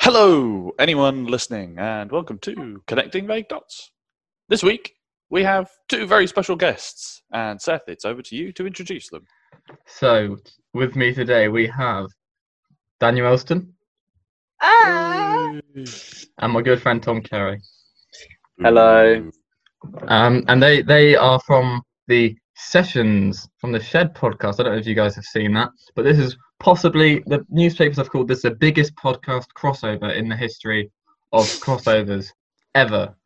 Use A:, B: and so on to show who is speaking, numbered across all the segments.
A: Hello, anyone listening, and welcome to Connecting Vague Dots. This week, we have two very special guests, and Seth, it's over to you to introduce them.
B: So, with me today, we have Daniel Elston
C: Ah!
B: and my good friend Tom Carey.
D: Hello.
B: Um, and they, they are from the Sessions from the Shed podcast. I don't know if you guys have seen that, but this is possibly the newspapers have called this the biggest podcast crossover in the history of crossovers ever.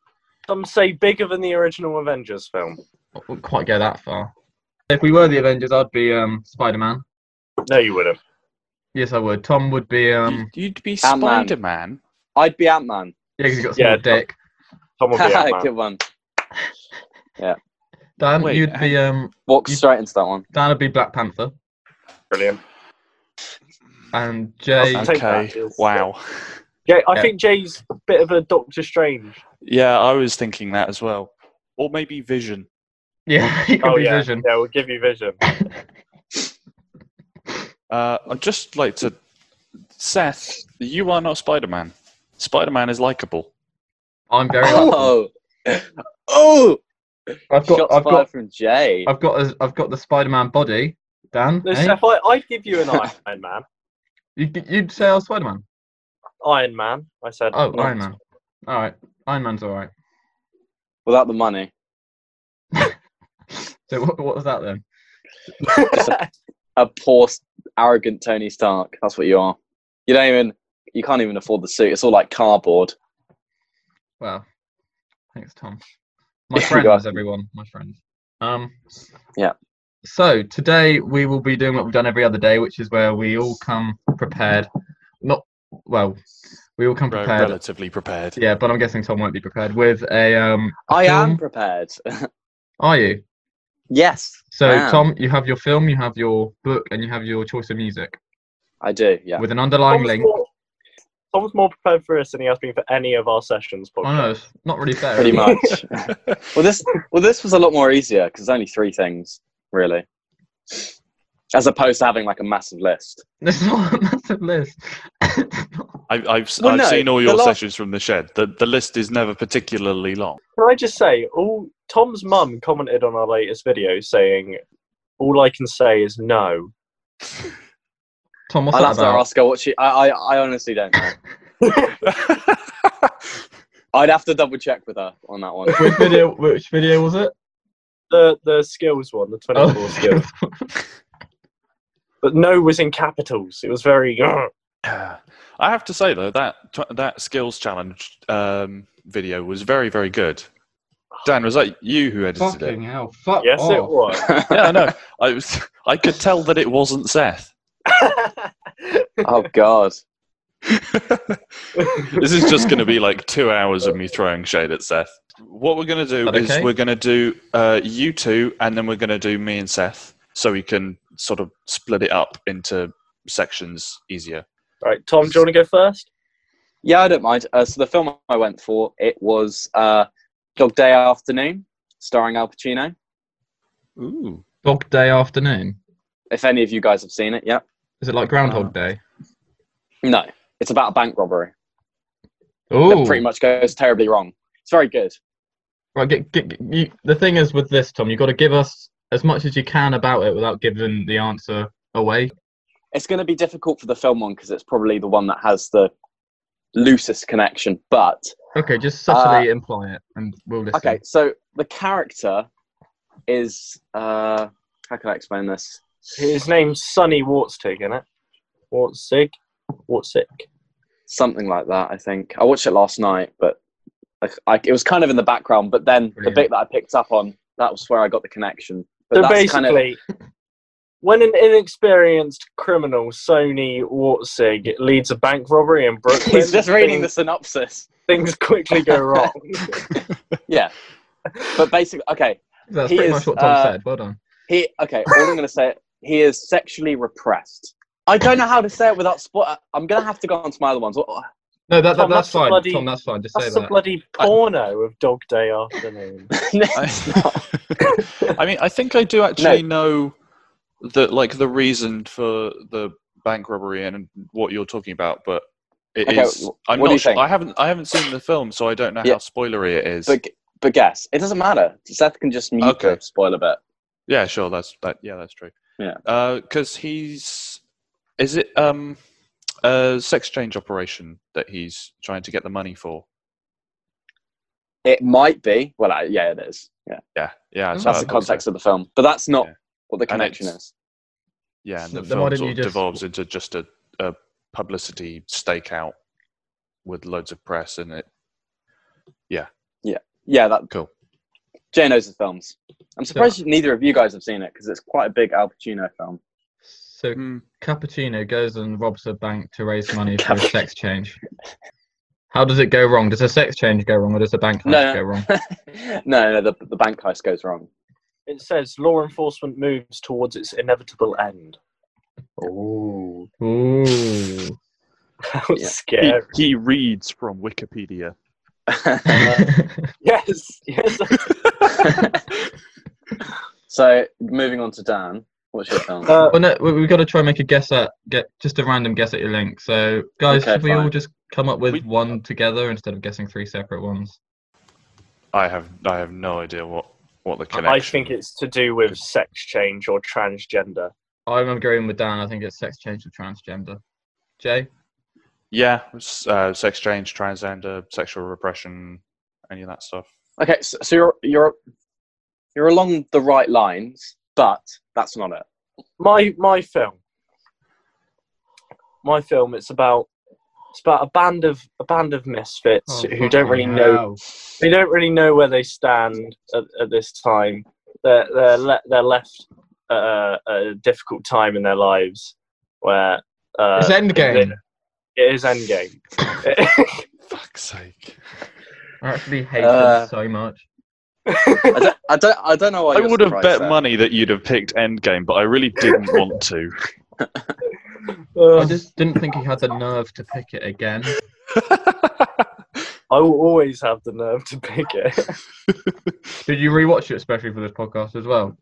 D: Some say bigger than the original Avengers film.
B: I wouldn't quite go that far. If we were the Avengers, I'd be um, Spider Man.
D: No, you wouldn't.
B: Yes, I would. Tom would be. Um,
A: You'd you'd be
D: Ant-Man.
A: Spider Man.
D: I'd be Ant Man.
B: yeah, 'cause he's got a small
D: Yeah, Tom-
B: dick.
D: Tom would be Ant Man.
E: Good one.
B: Dan,
A: Wait,
B: you'd be. Um,
E: Walk
B: You-
E: straight into that one.
B: Dan would be Black Panther.
D: Brilliant.
B: And Jay.
D: I'll take
A: Okay,
D: that as-
A: wow.
D: Jay, I
B: Yeah.
D: think Jay's a bit of a Doctor Strange.
A: Yeah, I was thinking that as well. Or maybe Vision.
B: Yeah, he could
D: Oh
B: be
D: yeah,
B: Vision.
D: yeah, we'll give you Vision.
A: Uh, I'd just like to. Seth, you are not Spider Man. Spider Man is likable.
B: I'm very. lucky.
E: Oh, oh!
B: I've got.
E: Shots
B: I've
E: fired
B: got.
E: from Jay.
B: I've got. A, I've got the Spider-Man body. Dan,
D: No,
B: eh?
D: Seth, I, I'd give you an Iron Man.
B: you'd, you'd say I was Spider-Man.
D: Iron Man. I said.
B: Oh,
D: No,
B: Iron Man. All right, Iron Man's all right.
E: Without the money.
B: So what, what was that then?
E: A poor, arrogant Tony Stark. That's what you are. You don't even. You can't even afford the suit. It's all like cardboard.
B: Well, thanks, Tom. My
E: You
B: friends,
E: got-
B: everyone. My friends. Um.
E: Yeah.
B: So today we will be doing what we've done every other day, which is where we all come prepared. Not well. We all come
A: Re-
B: prepared.
A: relatively prepared.
B: Yeah, but I'm guessing Tom won't be prepared with a um. a
E: I am
B: film.
E: prepared.
B: Are you?
E: yes,
B: So,
E: I am.
B: Tom, you have your film, you have your book, and you have your choice of music
E: I do. Yeah.
B: with an underlying
D: Tom's
B: link.
D: more, Tom's more prepared for us than he has been for any of our sessions.
B: I
D: Podcast.
B: know it's not really fair.
E: Pretty
B: is it?
E: much. well, this. Well, this was a lot more easier because only three things really, as opposed to having like a massive list.
B: It's not a massive list.
A: I, I've, s-
E: Well,
A: I've
E: no,
A: seen all
E: the
A: your
E: last-
A: sessions from the shed. The, the list is never particularly long.
D: Can I just say, all Tom's mum commented on our latest video saying, "All I can say is no."
B: Tom, what's
E: I'll
B: that
E: have to
B: about?
E: ask her what she. I. I, I honestly don't know. I'd have to double check with her on that one.
B: Which video? Which video was it?
D: The the skills one, the
B: Oh.
D: twenty-four skills, but no was in capitals. It was very. "Grr."
A: I have to say though that tw- that skills challenge um, video was very very good. Dan, was that you who edited
B: Fucking
A: it?
B: hell! Fuck
D: Yes,
B: off.
D: it was.
A: Yeah, I know. I was. I could tell that it wasn't Seth.
E: oh God.
A: this is just going to be like two hours of me throwing shade at Seth. What we're going to do
B: That
A: is
B: okay?
A: we're going to do uh, you two, and then we're going to do me and Seth, so we can sort of split it up into sections easier.
D: All right, Tom, do you want to go first?
E: Yeah, I don't mind. Uh, so the film I went for it was uh, Dog Day Afternoon, starring Al Pacino.
A: Ooh.
B: Dog Day afternoon.
E: If any of you guys have seen it, yeah.
B: Is it like Groundhog Day?
E: No, it's about a bank robbery
B: Oh,
E: that pretty much goes terribly wrong. It's very good.
B: right. Get, get, get- you, the thing is with this, Tom, you've got to give us as much as you can about it without giving the answer away.
E: It's going to be difficult for the film one because it's probably the one that has the loosest connection. But
B: Okay, just subtly imply it, and we'll listen.
E: okay, so the character is uh, how can I explain this?
D: His name's Sonny Wartzig, isn't it? Wartzig, Wartzig.
E: Something like that, I think. I watched it last night, but like, I, it was kind of in the background. But then
B: Brilliant.
E: the bit that I picked up on, that was where I got the connection. But
D: So
E: that's
D: basically,
E: kind of
D: when an inexperienced criminal, Sony Wartzig, leads a bank robbery in Brooklyn,
E: he's just reading the
D: things,
E: synopsis.
D: things quickly go wrong.
E: Yeah, but basically, okay,
B: That's
E: He
B: pretty
E: is,
B: much what Tom
E: uh,
B: said. Well done.
E: he okay. All I'm gonna say, he is sexually repressed. I don't know how to say it without spot. I'm gonna have to go on to my other ones. Oh,
B: No, that, that,
D: Tom,
B: that's,
D: that's a
B: fine.
D: bloody-
B: Tom, that's fine. Just say
D: That's a
B: that.
D: bloody porno of Dog Day Afternoon.
A: I, I mean, I think I do actually know that, like, the reason for the bank robbery and what you're talking about, but It
E: Okay,
A: is-
E: wh-
A: I'm
E: what do
A: not
E: you
A: sure.
E: think?
A: I haven't. I haven't seen the film, so I don't know
E: Yeah.
A: how spoilery it is.
E: But g- but guess it doesn't matter. Seth can just mute
A: Okay.
E: the spoiler bit.
A: yeah, sure. That's that. Yeah, that's true.
E: Yeah.
A: Because he's is it um a sex change operation that he's trying to get the money for?
E: It might be. Well, I, yeah, it is. Yeah,
A: Yeah, yeah. so
E: that's
A: I
E: the
A: thought so.
E: context of the film, but that's not
A: Yeah.
E: what the
A: And
E: connection
A: it's-
E: is.
A: Yeah, and the
B: Then why
A: film
B: didn't
A: sort
B: you
A: of
B: just-
A: devolves into just a, a publicity stakeout with loads of press, and it
E: Yeah, that
A: cool.
E: Jay knows his films. I'm surprised neither of you guys have seen it because it's quite a big Al Pacino film.
B: So
A: Mm.
B: Cappuccino goes and robs a bank to raise money for a
E: Cappuccino.
B: sex change. How does it go wrong? Does a sex change go wrong, or does the bank heist
E: No, no.
B: go wrong?
E: no, no, the, the bank heist goes wrong.
D: It says law enforcement moves towards its inevitable end.
E: Oh,
B: Ooh.
D: That
E: Yeah.
D: was scary.
A: He, he reads from Wikipedia.
D: yes, yes.
E: so moving on to Dan, what's your film?
D: Uh,
B: well, no, we- we've got to try and make a guess at get just a random guess at your link. So, guys,
E: Okay,
B: should we all
E: fine.
B: just come up with
A: We-
B: one together instead of guessing three separate ones?
A: I have I have no idea what what the connection.
D: I think it's to do with sex change or transgender.
B: I'm going with Dan. I think it's sex change with transgender. Jay,
A: yeah, it's, uh, sex change, transgender, sexual repression, any of that stuff.
E: okay, so, so you're you're you're along the right lines, but that's not it.
D: My my film. My film. It's about it's about a band of a band of misfits
B: Oh,
D: who don't really
B: fucking
D: know
B: hell.
D: they don't really know where they stand at, at this time. They're they're, le- they're left uh, at a difficult time in their lives where uh,
B: it's Endgame.
D: it is endgame.
A: Fuck's sake!
B: I actually hate
E: Uh,
B: them so much.
E: I don't I don't, I don't know why.
A: I
E: you're
A: would have
E: surprised
A: bet
E: there.
A: money that you'd have picked Endgame, but I really didn't want to.
B: I
D: Uh,
B: just didn't think he had the nerve to pick it again.
D: I will always have the nerve to pick it.
B: Did you rewatch it especially for this podcast as well?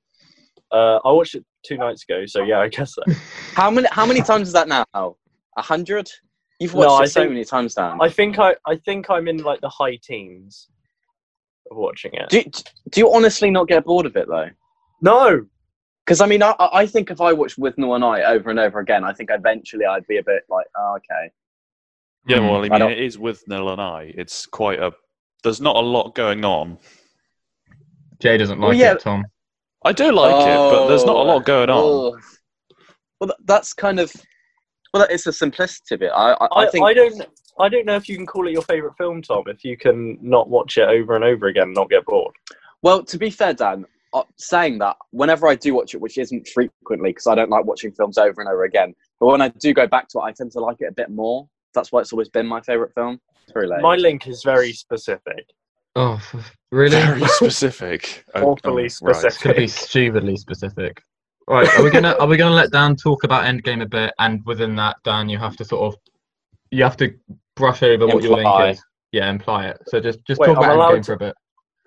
D: Uh, I watched it two nights ago, so yeah, I guess so.
E: How many how many times is that now? A hundred? You've
D: No,
E: watched
D: I
E: it so
D: think-
E: many times, Dan.
D: I think I I think I'm in like the high teens of watching it.
E: Do, do you honestly not get bored of it though?
D: No,
E: Because I mean, I, I think if I watched With No One Eye over and over again, I think eventually I'd be a bit like, oh, okay.
A: Yeah, well, I mean,
E: don't-
A: it is with Nil and I. It's quite a. There's not a lot going on.
B: Jay doesn't like
E: Well, yeah.
B: it, Tom.
A: I do like it, but there's not a lot going on.
E: Ugh. Well, th- that's kind of well, it's the simplicity of it. I I,
D: I,
E: I think
D: I don't I don't know if you can call it your favorite film, Tom. If you can not watch it over and over again, and not get bored.
E: Well, to be fair, Dan, uh, saying that, whenever I do watch it, which isn't frequently because I don't like watching films over and over again, but when I do go back to it, I tend to like it a bit more. That's why it's always been my favourite film. It's very late.
D: My link is very specific.
B: Oh, f- really?
A: Very specific. Oh,
D: Awfully
A: oh,
B: It's gonna be stupidly specific. Right, are we gonna are we gonna let Dan talk about Endgame a bit? And within that, Dan, you have to sort of you have to brush over what your
E: Imply.
B: link is. Yeah, imply it. So just just
D: Wait,
B: talk
D: I'm
B: about
D: allowed
B: Endgame
D: to-
B: for a bit.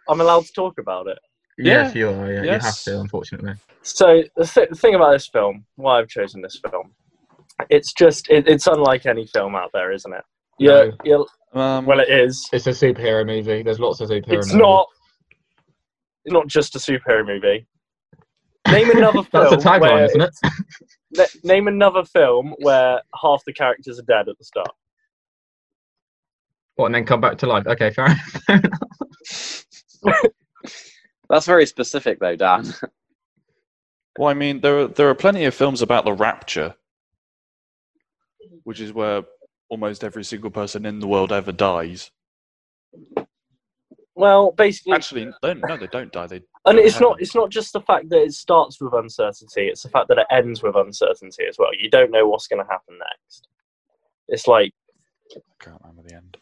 D: I'm allowed to talk about it.
A: Yeah.
B: Yes, you are. Yeah, you have
A: Yes.
B: to, unfortunately.
D: So the, th- the thing about this film, why I've chosen this film, it's just it, it's unlike any film out there, isn't it? Yeah,
B: No.
D: yeah.
A: Um,
D: Well, it is.
B: It's a superhero movie. There's lots of superhero.
D: It's
B: movies.
D: not. It's not just a superhero movie. Name another film.
B: That's the
D: where-
B: tagline, isn't it?
D: Na- name another film where half the characters are dead at the start.
B: What, and then come back to life? Okay, fair enough.
E: That's very specific, though, Dan.
A: Well, I mean, there are there are plenty of films about the rapture, which is where almost every single person in the world ever dies.
D: Well, basically,
A: Actually, they, no, they don't die. They
D: and it's
A: haven't.
D: not. It's not just the fact that it starts with uncertainty. It's the fact that it ends with uncertainty as well. You don't know what's going to happen next. It's like,
A: I can't remember the end.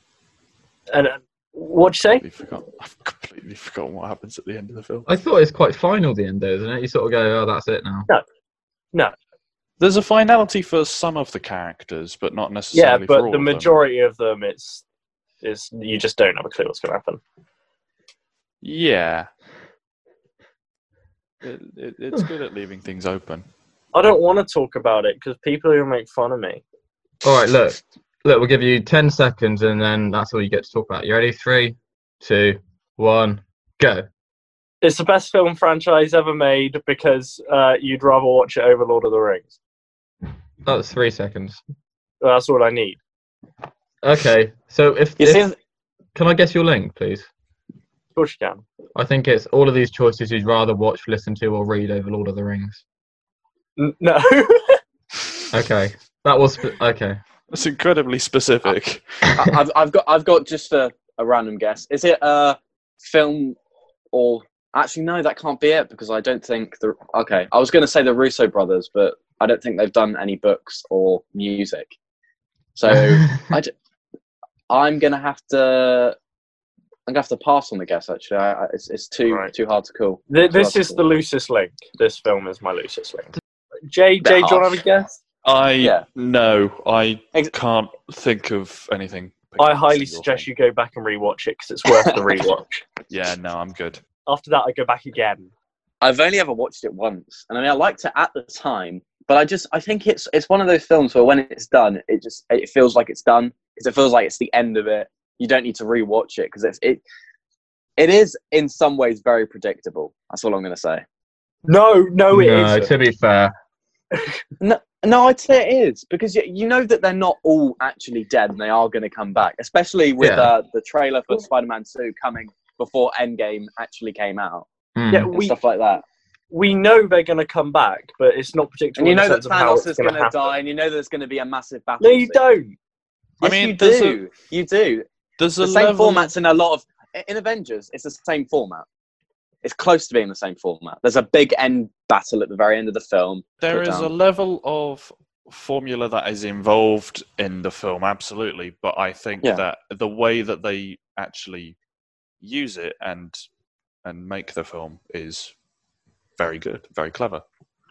D: and uh, what'd you say?
A: I've forgotten. I've completely forgotten what happens at the end of the film.
B: I thought it's quite final the end, though, isn't it? You sort of go, oh, that's it now.
A: There's a finality for some of the characters, but not
D: Yeah,
A: necessarily. for
D: but
A: all
D: the
A: of them.
D: majority of them, it's, it's you just don't have a clue what's going to happen.
A: Yeah. It, it, it's good at leaving things open.
D: I don't want to talk about it because people are going to make fun of me.
B: All right, look, Look, we'll give you 10 seconds and then that's all you get to talk about. You ready? Three, two, one, go.
D: It's the best film franchise ever made because uh, you'd rather watch it over Lord of the Rings.
B: That was three seconds.
D: That's all I need.
B: Okay, so if,
E: You
B: if-
E: see,
B: can I guess your link, please?
D: Of course you can.
B: I think it's all of these choices you'd rather watch, listen to, or read over Lord of the Rings.
D: N- no.
B: Okay, that was sp- okay.
A: That's incredibly specific.
E: I- I've, I've got I've got just a, a random guess. Is it a film or actually no, that can't be it because I don't think the okay. I was going to say the Russo brothers, but I don't think they've done any books or music. So I'm going to have to I'm going to have to pass on the guess. Actually, I, I, it's it's too
D: Right.
E: too hard to call.
D: Th- this
E: Too hard to
D: is
E: call.
D: the loosest link. This film is my loosest link. Jay, Jay, do you want to have a guess?
A: I
E: Yeah.
A: no, I
E: Ex-
A: can't think of anything.
D: I highly suggest you go back and rewatch it because it's worth the rewatch.
A: Yeah, no, I'm good.
D: After that, I go back again.
E: I've only ever watched it once, and I mean, I liked it at the time, but I just I think it's it's one of those films where when it's done, it just it feels like it's done because it feels like it's the end of it. You don't need to rewatch it because it's it it is in some ways very predictable. That's all I'm going to say.
D: No, no, oh, it
B: no,
D: isn't.
B: to be fair,
E: No, I'd say it is because you, you know that they're not all actually dead and they are going to come back, especially with
B: Yeah.
E: uh, the trailer for Spider-Man Two coming before Endgame actually came out
B: Hmm.
D: Yeah,
E: and
D: we
E: stuff like that.
D: we know they're going to come back, but it's not predictable.
E: And you
D: in the
E: know that
D: sense of how
E: Thanos
D: it's
E: is
D: gonna
E: going to
D: happen.
E: die, and you know there's going to be a massive battle.
D: No, you
E: scene.
D: don't.
A: I
E: Yes,
A: mean,
E: you
A: there's a-
E: do. You do.
A: There's
E: The
A: a
E: same
A: level.
E: format's in a lot of in Avengers. It's the same format. It's close to being the same format. There's a big end battle at the very end of the film.
A: There
E: Put
A: is a
E: down.
A: level of formula that is involved in the film, absolutely. But I think
E: Yeah.
A: that the way that they actually use it and and make the film is very good, very clever.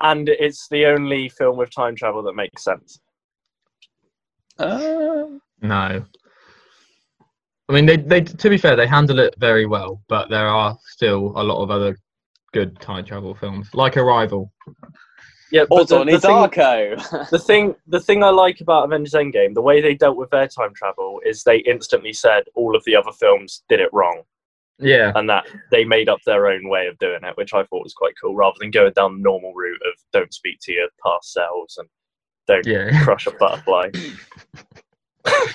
D: And it's the only film with time travel that makes sense.
A: Uh,
B: no. I mean, they, they to be fair, they handle it very well, but there are still a lot of other good time travel films, like Arrival.
D: Yeah,
E: Or
D: but the,
E: Donnie
D: the, thing,
E: Darko.
D: the thing, the thing I like about Avengers Endgame, the way they dealt with their time travel, is they instantly said all of the other films did it wrong,
B: Yeah,
D: and that they made up their own way of doing it, which I thought was quite cool, rather than going down the normal route of don't speak to your past selves and don't
B: yeah.
D: crush a butterfly.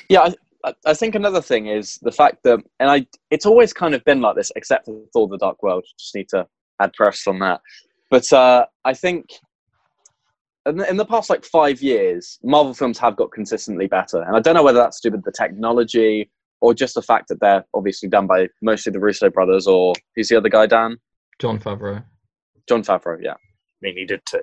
E: yeah, I- I, I think another thing is the fact that, and I, it's always kind of been like this, except for Thor: The Dark World. Just need to add press on that. But uh, I think in the, in the past like five years, Marvel films have got consistently better, and I don't know whether that's to do with the technology or just the fact that they're obviously done by mostly the Russo brothers or who's the other guy, Dan?
B: John Favreau.
E: John Favreau. Yeah,
D: I mean, he did too.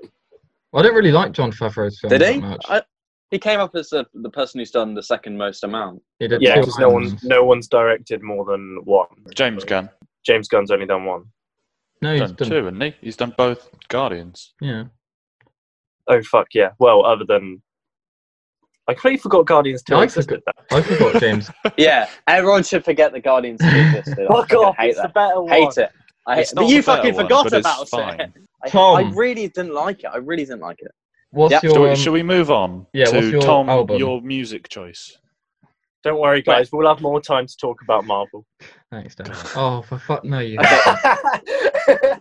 B: I don't really like John Favreau's films
E: did
B: that
E: he?
B: much.
E: I, he came up as the, the person who's done the second most amount.
B: He did
D: Yeah,
B: Four
D: because no
B: Lions.
D: one's no one's directed more than one.
A: James Gunn
D: James Gunn's only done one.
B: no, he's
A: done
B: done,
A: two, and he he's done both Guardians.
B: Yeah,
D: Oh fuck yeah. Well, other than I completely forgot Guardians Two
B: I
D: existed. That.
B: I forgot James.
E: yeah, everyone should forget the Guardians of the existed. I
D: Fuck
E: fucking
D: off!
E: hate
D: It's
E: that.
D: the better one.
E: hate it. I hate,
A: It's
E: but
A: not
E: you
A: the better
E: fucking
A: one,
E: forgot
A: but it's
E: about it.
A: fine.
E: I,
B: Tom.
E: I really didn't like it. I really didn't like it.
B: What's
E: Yep.
B: your?
A: Shall we,
B: um,
A: shall we move on
B: yeah, what's
A: to
B: your
A: Tom,
B: album?
A: your music choice?
D: Don't worry, guys. We'll have more time to talk about Marvel.
B: Thanks, Dan. Oh, for fuck no, you
E: Okay.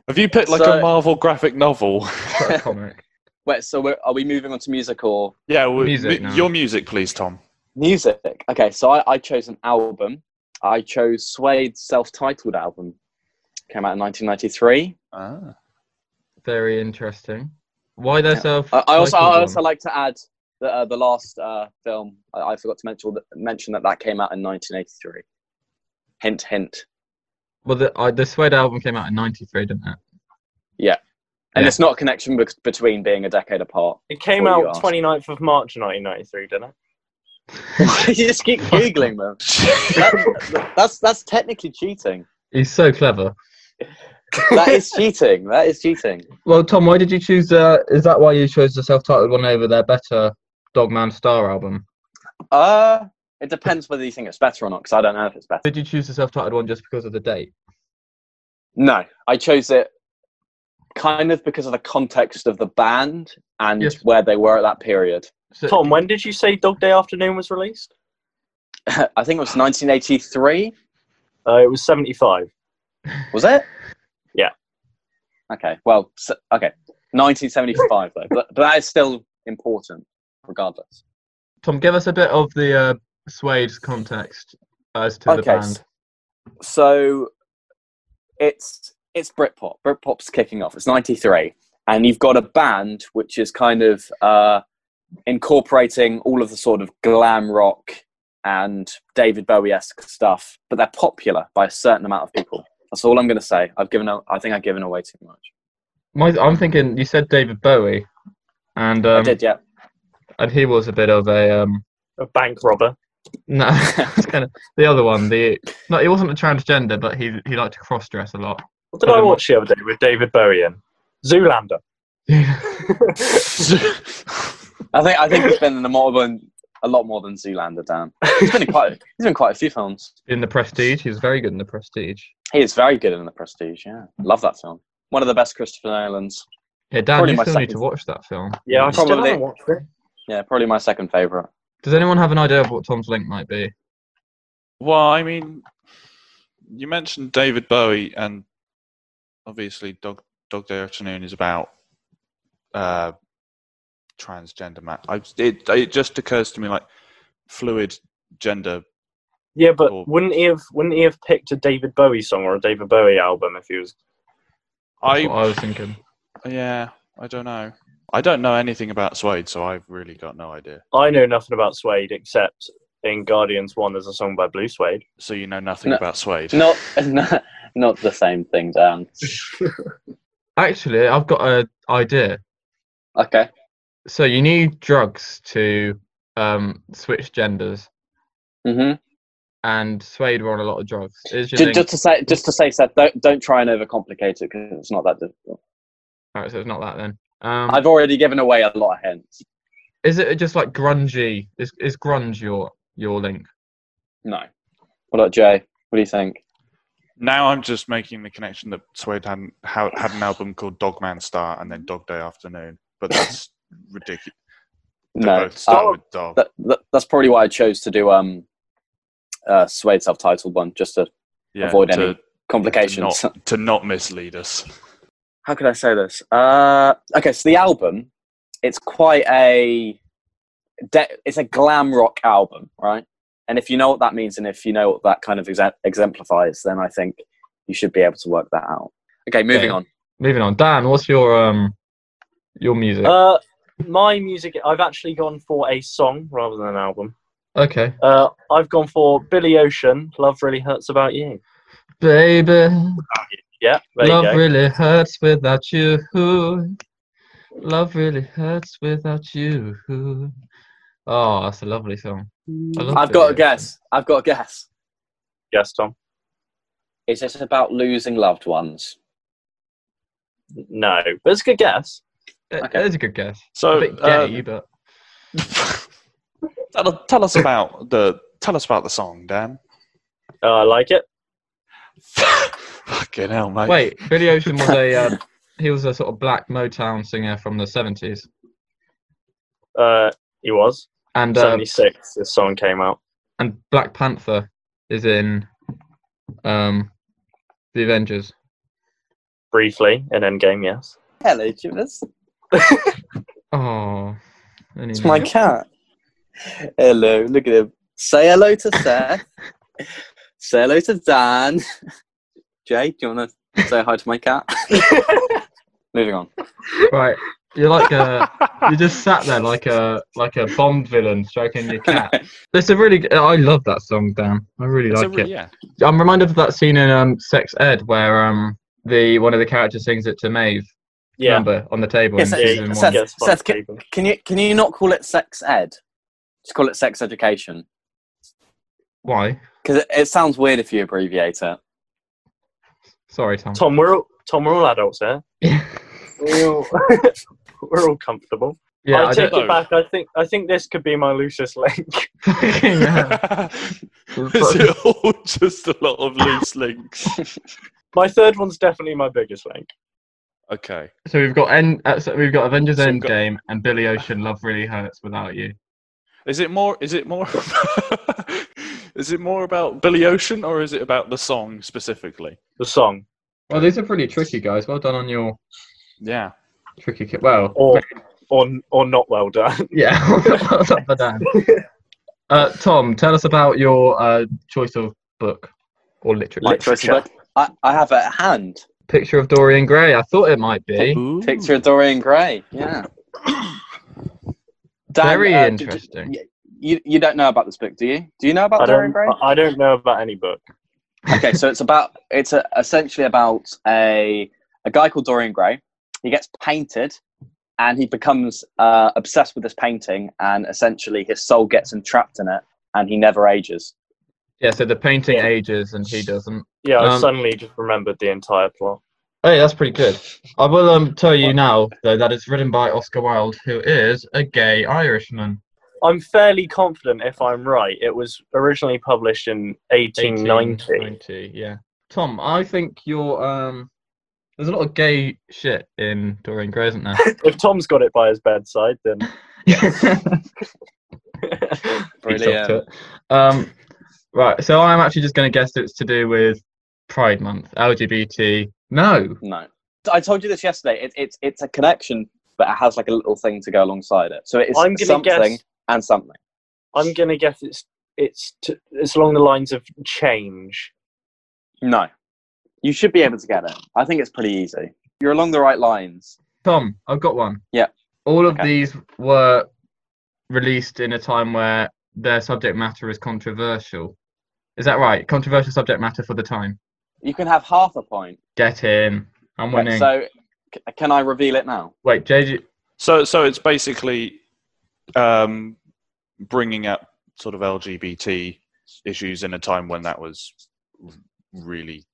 A: Have you picked like
E: So-
A: a Marvel graphic novel?
B: got a comic.
E: Wait, so we're, are we moving on to music or
A: yeah, we,
B: Music,
A: mu-
B: no.
A: your music, please, Tom.
E: music? Okay, so I, I chose an album. I chose Suede's self-titled album. Came out in 1993.
A: Ah.
B: Very interesting. Why they're
E: Yeah.
B: so?
E: I, I also, I
B: psychodrama?
E: also like to add that uh, the last uh, film I, I forgot to mention that, mention that that came out in 1983. Hint, hint.
B: Well, the I, the Suede album came out in '93, didn't it?
E: And
B: Yeah.
E: it's not a connection bec between being a decade apart.
D: It came
E: What you
D: out
E: asked.
D: 29th of March 1993, didn't it?
E: you just keep googling them. That- that's that's technically cheating.
B: He's so clever.
E: That is cheating. That is cheating.
B: Well, Tom, why did you choose? Uh, is that why you chose the self-titled one over their better Dogman Star album?
E: Uh, it depends whether you think it's better or not, because I don't know if it's better.
B: Did you choose the self-titled one just because of the date?
E: No, I chose it kind of because of the context of the band and
B: Yes.
E: where they were at that period.
B: So,
D: Tom, when did you say Dog Day Afternoon was released?
E: I think it was 1983.
D: Uh, it was 75.
E: Was it?
D: Yeah.
E: Okay. Well, s okay. 1975 though, but, but that is still important, regardless.
B: Tom, give us a bit of the uh, Suede's context as to the
E: Okay, s-
B: band.
E: So it's it's Britpop. Britpop's kicking off. It's 93, and you've got a band which is kind of uh, incorporating all of the sort of glam rock and David Bowie-esque stuff, but they're popular by a certain amount of people. That's all I'm going to say. I've given. a- I think I've given away too much.
B: My, I'm thinking you said David Bowie, and
E: I
B: um,
E: did, yeah.
B: and he was a bit of a um,
D: A bank robber.
B: no, it's kind of the other one. The no, he wasn't a transgender, but he he liked to cross dress a lot.
D: What did I watch the other day with David Bowie in? Zoolander.
E: I think I think he's been in a more than a lot more than Zoolander. Dan. He's been in quite. He's been quite a few films.
B: in the Prestige, he was very good in the Prestige.
E: He is very good in The Prestige. Yeah, love that film. One of the best Christopher Nolan's.
B: Yeah, Dan,
E: Probably
B: you
E: my
B: still need
E: second-
B: to watch that film.
D: Yeah, I still
E: Probably.
D: haven't watched it.
E: Yeah, probably my second favorite.
B: Does anyone have an idea of what Tom's link might be?
A: Well, I mean, you mentioned David Bowie, and obviously, Dog Dog Day Afternoon is about uh, transgender man. I, it it just occurs to me like fluid gender.
D: Yeah, but
A: Or-
D: wouldn't he have wouldn't he have picked a David Bowie song or a David Bowie album if he was
B: That's what
A: I
B: I was thinking.
A: yeah, I don't know. I don't know anything about Suede, so I've really got no idea.
D: I know nothing about Suede except in Guardians One there's a song by Blue Suede.
A: So you know nothing
E: No.
A: about Suede.
E: Not not, not the same thing, Dan.
B: Actually, I've got an idea.
E: Okay.
B: So you need drugs to um, switch genders,
E: hmm
B: and Suede were on a lot of drugs. Is your
E: Just,
B: link-
E: just to say, just to say, Seth, don't don't try and overcomplicate it because it's not that difficult.
B: Alright, so it's not that then. Um,
E: I've already given away a lot of hints.
B: Is it just like grungy? Is is grunge your your link?
E: No. What about Jay? What do you think?
A: Now I'm just making the connection that Suede had had had an album called Dogman Star and then Dog Day Afternoon, but that's ridiculous. They
E: no.
A: both start
E: Uh,
A: with dog.
E: that, that, that's probably why I chose to do um, uh, Suede self-titled one, just to
A: yeah,
E: avoid
A: to-
E: any complications.
A: To not, to not mislead us.
E: How could I say this? Uh, okay, so the album, it's quite a, de- it's a glam rock album, right? And if you know what that means, and if you know what that kind of exa- exemplifies, then I think you should be able to work that out. Okay, moving
B: Yeah.
E: on.
B: Moving on, Dan. What's your um your music?
D: Uh my music I've actually gone for a song rather than an album.
B: okay,
D: Uh I've gone for Billy Ocean, Love Really Hurts About You.
B: baby,
D: Yeah, there you
B: love
D: go.
B: really hurts without you. Love really hurts without you. Oh, that's a lovely song. I love
E: I've
B: Billy
E: got a
B: Ocean.
E: guess. I've got a guess.
D: yes, Tom.
E: Is this about losing loved ones?
D: No. But it's a good guess.
B: It,
E: Okay.
B: it is a good guess.
A: So
B: a bit
A: uh,
B: gay, but
A: tell, tell us about the tell us about the song, Dan.
D: Uh, I like it.
A: Fucking hell,
E: uh,
A: mate.
B: wait, Billy Ocean was a uh, he was a sort of black Motown singer from the seventies,
D: Uh he was.
B: and uh,
D: Seventy six this song came out.
B: and Black Panther is in um the Avengers.
D: Briefly in Endgame, yes.
E: Hello, Jimmers.
B: Oh,
E: It's my cat. Hello, look at him. Say hello to Seth. say hello to Dan. Jay, do you want to say hi to my cat? Moving on.
B: right. You're like a you just sat there like a like a Bond villain stroking your cat. It's a really I love that song, Dan. I really
A: It's a
B: like
A: re-
B: it.
A: yeah.
B: I'm reminded of that scene in um Sex Ed where um the one of the characters sings it to Maeve.
D: Yeah.
B: Remember on the table
E: Yes,
B: in
E: yes,
B: season
E: yes,
B: one.
E: yes.
D: Yes, by
E: Seth,
D: Stephen.
E: Can you can you not call it sex ed? Just call it sex education
B: Why?
E: because it, it sounds weird if you abbreviate it.
B: Sorry, Tom.
D: Tom, we're all, Tom, we're all adults here. We're all, we're all comfortable.
B: yeah,
D: I,
B: I don't.
D: take
A: don't-
D: it back. I think I think this could be my loosest link.
B: Fucking hell.
A: Is it all just a lot of loose links?
D: My third one's definitely my biggest link.
A: Okay.
B: So we've got end. Uh, so we've got Avengers
A: So we've got-
B: Endgame and Billy Ocean. Love really hurts without you.
A: Is it more? Is it more? Is it more about Billy Ocean or is it about the song specifically?
D: The song.
B: Well, these are pretty tricky, guys. Well done on your
A: Yeah.
B: tricky. Ki- well,
D: Or or or not well done.
B: yeah, well done for Dan. Uh, Tom, tell us about your uh, choice of book or literature.
E: My choice of book. I, I have a hand
B: Picture of Dorian Gray. I thought it might be.
E: picture of Dorian Gray. Yeah. Dan,
B: Very
E: uh, did you-
B: interesting.
E: You, you don't know about this book, do you? Do you know
D: I
E: about Dorian
D: don't
E: Gray?
D: I don't know about any book.
E: okay, so it's about it's a, essentially about a a guy called Dorian Gray. He gets painted, and he becomes uh, obsessed with this painting, and essentially his soul gets entrapped in it, and he never ages.
B: Yeah, so the painting ages and he doesn't.
D: Yeah, I
B: Um,
D: suddenly just remembered the entire plot.
B: Hey, that's pretty good. I will um, tell you now, though, that it's written by Oscar Wilde, who is a gay Irishman.
D: I'm fairly confident if I'm right. It was originally published in 1890.
B: 1890, yeah. Tom, I think you're. Um, there's a lot of gay shit in Dorian Gray, isn't there?
D: If Tom's got it by his bedside, then
B: Beats up to it. Um, right, so I'm actually just going to guess it's to do with Pride Month, LGBT. No.
E: No, I told you this yesterday. It, it's it's a connection, but it has like a little thing to go alongside it. So it is
D: I'm gonna
E: something
D: guess.
E: and something.
D: I'm gonna guess it's it's t- it's along the lines of change.
E: No, you should be able to get it. I think it's pretty easy. You're along the right lines.
B: Tom, I've got one.
E: Yeah.
B: All of
E: Okay.
B: these were released in a time where their subject matter is controversial. Is that right? Controversial subject matter for the time.
E: You can have half a point.
B: Get in. I'm
E: Right,
B: winning.
E: so c- can I reveal it now?
B: Wait, JJ.
A: So so it's basically um, bringing up sort of LGBT issues in a time when that was r- really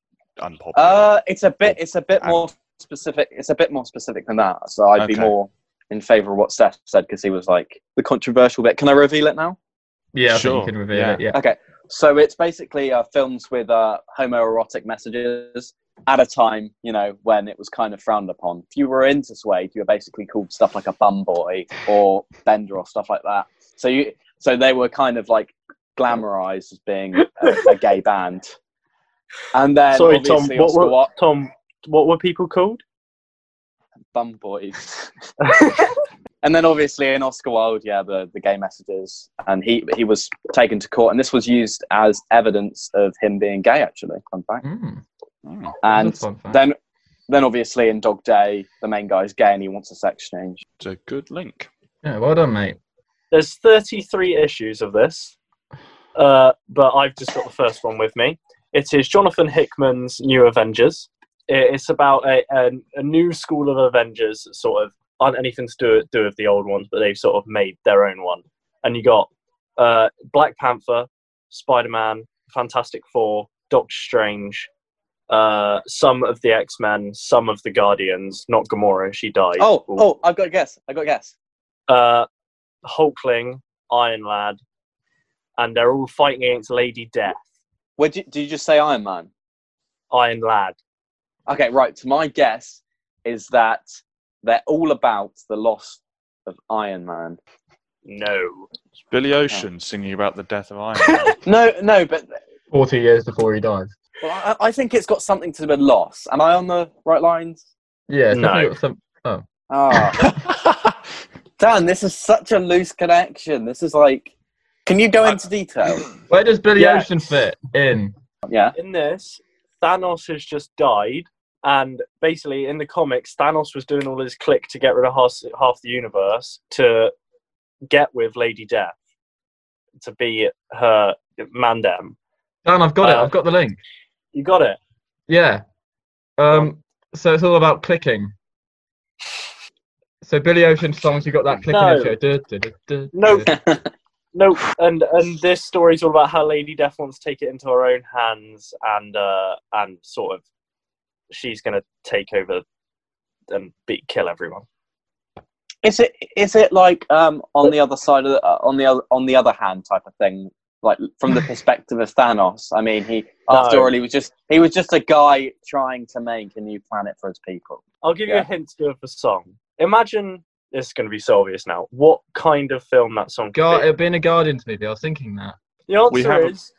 A: unpopular.
E: Uh, it's a
D: Oh,
E: bit. It's a bit more specific. It's a bit more specific than that. So I'd be
A: Okay.
E: more in favour of what Seth said because he was like the controversial bit. Can I reveal it now?
B: Yeah, I
A: Sure,
B: think you can reveal
A: yeah.
B: it. Yeah.
E: Okay. So it's basically uh, films with uh, homoerotic messages at a time, you know, when it was kind of frowned upon. If you were into suede, you were basically called stuff like a bum boy or bender or stuff like that. So you, so they were kind of like glamorized as being a, a gay band. And then
D: Sorry, Tom.
E: obviously
D: What
E: Oscar
D: were
E: Wilde-
D: Tom? What were people called?
E: bum boys. and then obviously in Oscar Wilde, yeah, the, the gay messages, and he he was taken to court, and this was used as evidence of him being gay. Actually, fun fact.
B: Mm,
A: Mm.
E: And
B: that's a fun fact.
E: then then obviously in Dog Day, the main guy's gay and he wants a sex change.
A: It's a good link.
B: yeah, well done, mate.
D: There's 33 issues of this, uh, but I've just got the first one with me. It is Jonathan Hickman's New Avengers. I- It's about a, a, a new school of Avengers that sort of aren't anything to do, do with the old ones, but they've sort of made their own one. And you got uh, Black Panther, Spider Man, Fantastic Four, Doctor Strange, uh, some of the X Men, some of the Guardians, not Gamora, she died.
E: Oh, oh, I've got a guess. I've got a guess.
D: uh, Hulkling, Iron Lad, and they're all fighting against Lady Death.
E: Where did, did you just say Iron Man?
D: Iron Lad.
E: Okay, right. So my guess is that they're all about the loss of Iron Man.
D: No.
A: It's Billy Ocean singing about the death of Iron Man.
E: No, no, but
B: 40 years before he dies.
E: well, I, I think it's got something to do with loss. Am I on the right lines?
B: Yeah. it's
D: No.
B: definitely got some-
E: Ah, Dan, this is such a loose connection. This is like, can you go into detail?
B: Where does Billy
D: Yeah.
B: Ocean fit in?
E: Yeah.
D: In this, Thanos has just died, and basically in the comics, Thanos was doing all his click to get rid of half, half the universe to get with Lady Death, to be her mandem.
B: Dan, I've got it.
D: Uh,
B: I've got the link.
D: You got it.
B: Yeah. Um. So it's all about clicking. So Billy Ocean songs, you got that clicking
D: No.
B: intro. Du- du- du- du-
D: No.
B: du-
D: No, and and this story's all about how Lady Death wants to take it into her own hands, and uh, and sort of she's gonna take over and beat kill everyone.
E: Is it is it like um, on the other side of the, uh, on the other, on the other hand type of thing? Like from the perspective of Thanos. I mean, he after
D: No.
E: all, he was just he was just a guy trying to make a new planet for his people.
D: I'll give you
E: Yeah.
D: a hint to do with the song. Imagine this is gonna be so obvious now. What kind of film that song? Could
B: Gar-
D: be.
B: it being a Guardians movie, I was thinking that.
D: The answer
A: We haven't-
D: is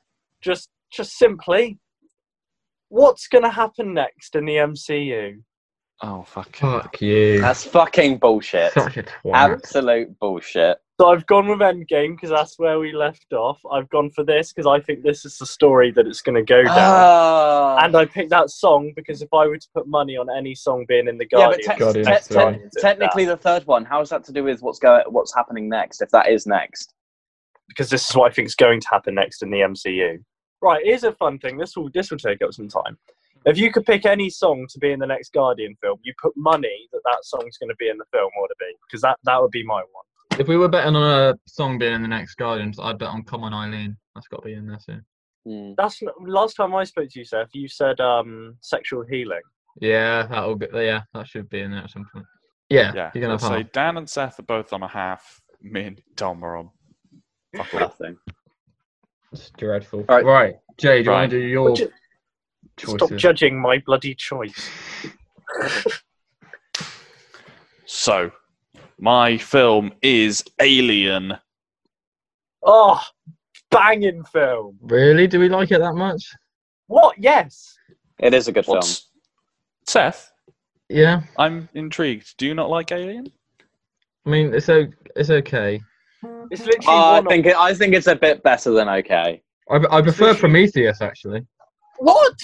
D: just just simply, what's going to happen next in the MCU?
A: Oh fuck.
B: Fuck you.
E: That's fucking bullshit.
B: Such a twat.
E: Absolute bullshit.
D: So I've gone with Endgame because that's where we left off. I've gone for this because I think this is the story that it's going to go down.
E: Ah.
D: and I picked that song because if I were to put money on any song being in the
E: yeah,
D: Guardian,
E: but te-
B: Guardians
E: te-
B: is right.
E: te- technically the third one. How is that to do with what's going, what's happening next? If that is next,
D: because this is what I think is going to happen next in the MCU. Right, here's a fun thing. This will this will take up some time. If you could pick any song to be in the next Guardian film, you put money that that song's going to be in the film, would it be? Because that, that would be my one.
B: If we were betting on a song being in the next Guardians, I'd bet on Come On Eileen. That's got to be in there soon.
E: Hmm.
D: That's last time I spoke to you, Seth. You said um, sexual healing.
B: Yeah, that'll get. Yeah, that should be in there at some point. Yeah,
A: Yeah.
B: you're gonna
A: so
B: have
A: Dan and Seth are both on a half. Me and Tom are on. Fuck off.
E: nothing.
B: It's dreadful.
E: All right.
B: Right, Jay, do you
A: Right.
B: want to do your
D: Would you- Stop
B: choices?
D: judging my bloody choice.
A: So, my film is Alien.
D: Oh, banging film.
B: really? Do we like it that much?
D: What? Yes.
E: It is a good film.
A: What's Seth?
B: Yeah.
A: I'm intrigued. Do you not like Alien?
B: I mean, it's o- it's okay.
D: It's literally
E: Uh, I
D: one
E: think it, I think it's a bit better than okay.
B: I, I prefer
D: literally-
B: Prometheus actually.
D: of... What?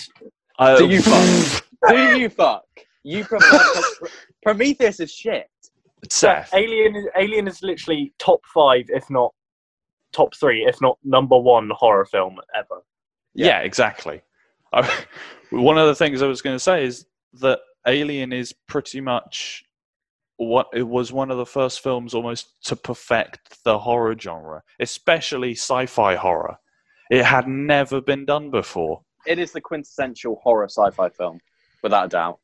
A: Uh,
E: Do you fuck? Do you fuck? You prefer Prometheus is shit.
A: Seth.
D: Alien is Alien is literally top five, if not top three, if not number one horror film ever.
A: Yeah, exactly. I, one of the things I was going to say is that Alien is pretty much what it was one of the first films almost to perfect the horror genre, especially sci-fi horror. It had never been done before.
E: It is the quintessential horror sci-fi film, without a doubt.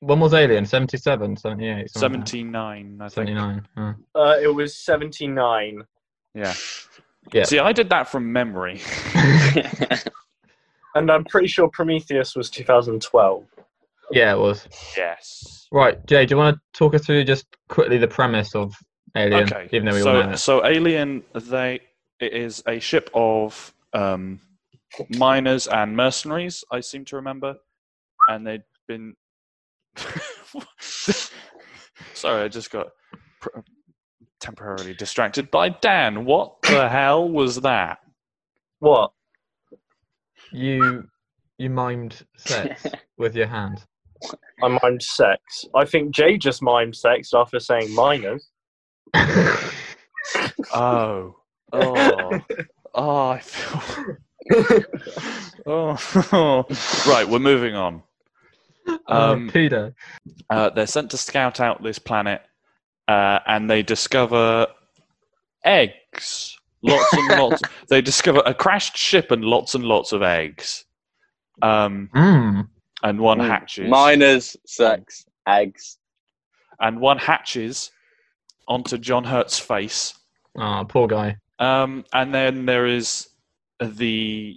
B: When was Alien? 77, 78, something like that.
A: 79, I think.
B: 79. huh.
D: Uh, it was seventy nine.
A: Yeah.
B: Yeah.
A: See, I did that from memory.
D: And I'm pretty sure Prometheus was 2012.
B: Yeah, it was.
A: yes.
B: Right, Jay, do you want to talk us through just quickly the premise of Alien?
A: Okay.
B: Even though we all know
A: so,
B: it.
A: so Alien, they it is a ship of um, miners and mercenaries. I seem to remember, and they'd been. Sorry, I just got pr- temporarily distracted by Dan. What the hell was that?
D: What?
B: You you mimed sex with your hand.
D: I mimed sex. I think Jay just mimed sex after saying minors.
A: Oh, oh, oh! I feel. oh, right. We're moving on. Um,
B: um, Peter.
A: Uh, they're sent to scout out this planet, uh, and they discover eggs. Lots and lots. they discover a crashed ship and lots and lots of eggs. Um,
B: Mm.
A: and one
E: Mm.
A: hatches.
E: Miners, sex, eggs.
A: And one hatches onto John Hurt's face.
B: Ah, poor guy.
A: Um, and then there is the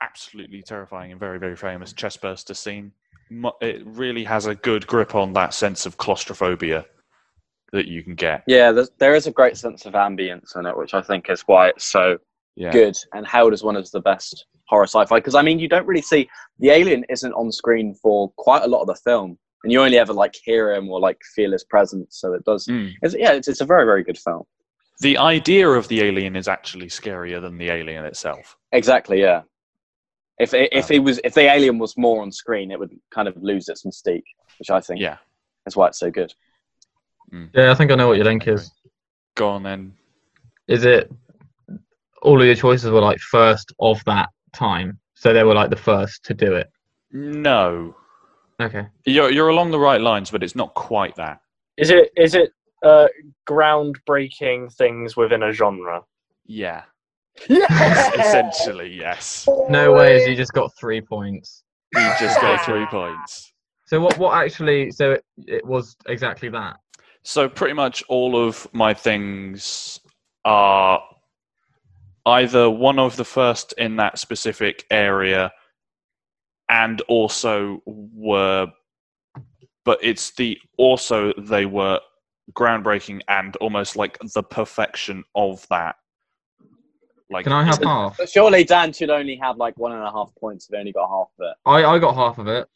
A: absolutely terrifying and very, very famous chest burster scene. Mu- It really has a good grip on that sense of claustrophobia that you can get.
E: Yeah, there's- there is a great sense of ambience in it, which I think is why it's so
A: Yeah.
E: good and held as one of the best horror sci-fi. Because I mean, you don't really see the alien isn't on screen for quite a lot of the film, and you only ever like hear him or like feel his presence. So it does.
D: Hmm.
A: Mm.
E: It's, yeah, it's, it's a very very good film.
A: The idea of the alien is actually scarier than the alien itself.
E: Exactly. Yeah. If it- if it was if the alien was more on screen, it would kind of lose its mystique, which I think
A: Yeah.
E: is why it's so good.
B: Yeah, I think I know what your link is.
A: Go on then.
B: Is it all of your choices were like first of that time? So they were like the first to do it.
A: No.
B: Okay.
A: You're, you're along the right lines, but it's not quite that.
D: Is it is it uh, groundbreaking things within a genre?
A: Yeah.
D: Yes.
A: Essentially, yes.
B: No ways. You just got three points.
A: You just got three points.
B: So what? What actually? So it, it was exactly that.
A: So pretty much all of my things are either one of the first in that specific area and also were but it's the also they were groundbreaking and almost like the perfection of that Like,
B: Can I have half?
E: But surely Dan should only have like one and a half points if he only got half of it.
B: I, I got half of it.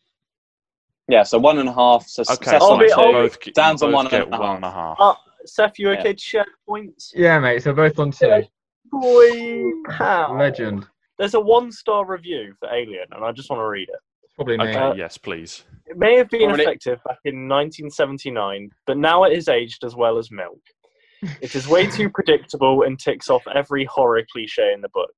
E: Yeah, so one and a half. So
A: Okay,
E: success
A: so
D: I'll
E: on
D: be-
A: you
E: two.
D: I'll be-
A: both, get- you
E: Dan's on
A: both
E: one and
A: get
E: a half.
A: one and a half.
D: Uh, Seth, you
E: Yeah.
D: okay to share points?
B: Yeah, mate. So both on
D: Yeah.
B: two.
D: Boy, how?
B: Legend.
D: There's a one-star review for Alien, and I just want to read it.
B: Probably me.
A: okay,
D: Uh,
A: yes, please.
D: It may have been
E: Alright.
D: effective back in 1979, but now it is aged as well as milk. It is way too predictable and ticks off every horror cliche in the book.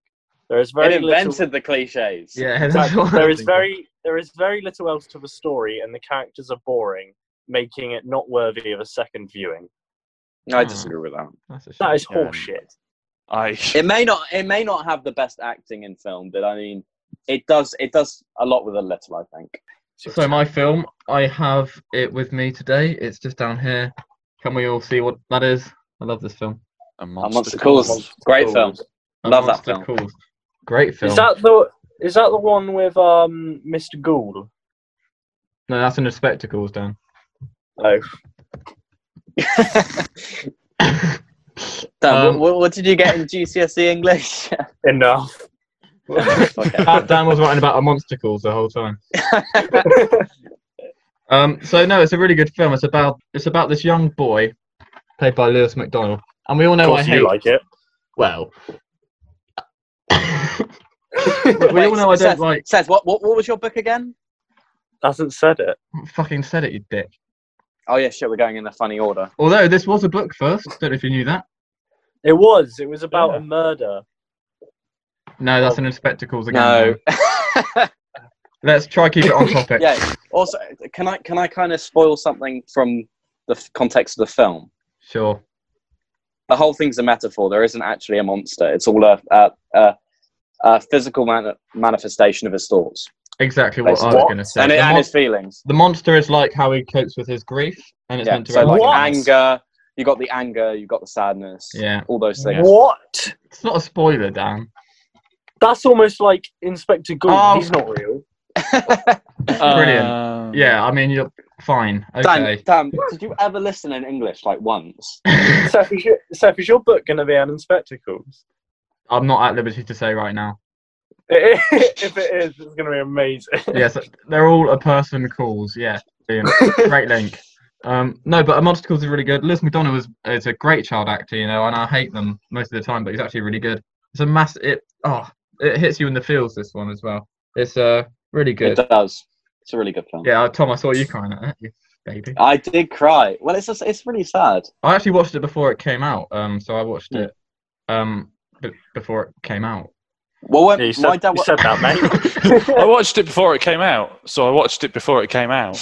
D: There is
E: It
D: very little.
E: invented the cliches.
B: Yeah, that's
D: Exactly.
B: what I
D: there
B: was
D: is
B: thinking.
D: very there is very little else to the story, and the characters are boring, making it not worthy of a second viewing.
E: I disagree with that.
B: That's a shame.
D: That is
A: Yeah.
D: horseshit.
A: I
E: It may not. It may not have the best acting in film, but I mean, it does. It does a lot with a little. I think.
B: So my film, I have it with me today. It's just down here. Can we all see what that is? I love this film.
A: a
E: Amongst,
A: monster
E: the Calls,
A: calls.
E: great film.
B: A
E: Love that
B: Monster Calls. Great film.
D: Is that the is that the one with um Mr. Gould?
B: No, that's in the spectacles, Dan.
D: Oh,
E: Dan,
B: Um,
E: what- what, what did you get in GCSE E English?
D: enough.
E: okay.
B: Dan Dan was writing about a monster calls the whole time. Um, so no, it's a really good film. It's about it's about this young boy, played by Lewis McDonald, and we all
D: Of
B: know I
D: course
B: hate.
D: you like it.
B: Well, we we all know I don't
E: Seth,
B: like.
E: Seth, what, what what was your book again?
D: Hasn't said it.
B: Fucking said it, you dick.
E: Oh yeah, shit, we're going in a funny order.
B: Although this was a book first. Don't know if you knew that.
D: It was. It was about
A: Yeah.
D: a murder.
B: No, that's in spectacles again.
E: No.
B: Dan. Let's try keep it on topic.
E: yeah. Also, can I can I kind of spoil something from the f- context of the film?
B: Sure.
E: The whole thing's a metaphor. There isn't actually a monster. It's all a a, a, a physical man- manifestation of his thoughts
B: Exactly what I was
D: What?
B: going to say.
E: and,
B: the,
E: it, and
B: mon-
E: his feelings.
B: the monster is like how he copes with his grief, and it's
E: Yeah.
B: meant to
E: So like
D: What?
E: anger. You got the anger. You got the sadness.
B: Yeah.
E: All those things.
D: What?
B: It's not a spoiler, Dan.
D: That's almost like Inspector Gould.
E: Oh.
D: He's not real.
B: Brilliant.
A: Um,
B: Yeah, I mean you're fine.
E: Dan,
B: Okay.
E: Dan, did you ever listen in English like once?
D: Seth, is your, Seth, is your book going to be out in spectacles?
B: I'm not at liberty to say right now.
D: if it is, it's going to be amazing.
B: Yes, they're all a person calls. Yeah, Ian. great link. Um, no, but a monster calls is really good. Liz McDonough was is a great child actor, you know, and I hate them most of the time, but he's actually really good. It's a mass. It oh, it hits you in the feels. This one as well. It's uh really good.
E: It does. It's a really good film.
B: Yeah, uh, Tom, I saw you crying at it, you baby.
E: I did cry. Well, it's just, it's really sad.
B: I actually watched it before it came out. Um, so I watched it um b- before it came out.
E: Well, when,
D: you
E: my
D: said,
E: dad
D: you said that, mate.
A: I watched it before it came out, so I watched it before it came out.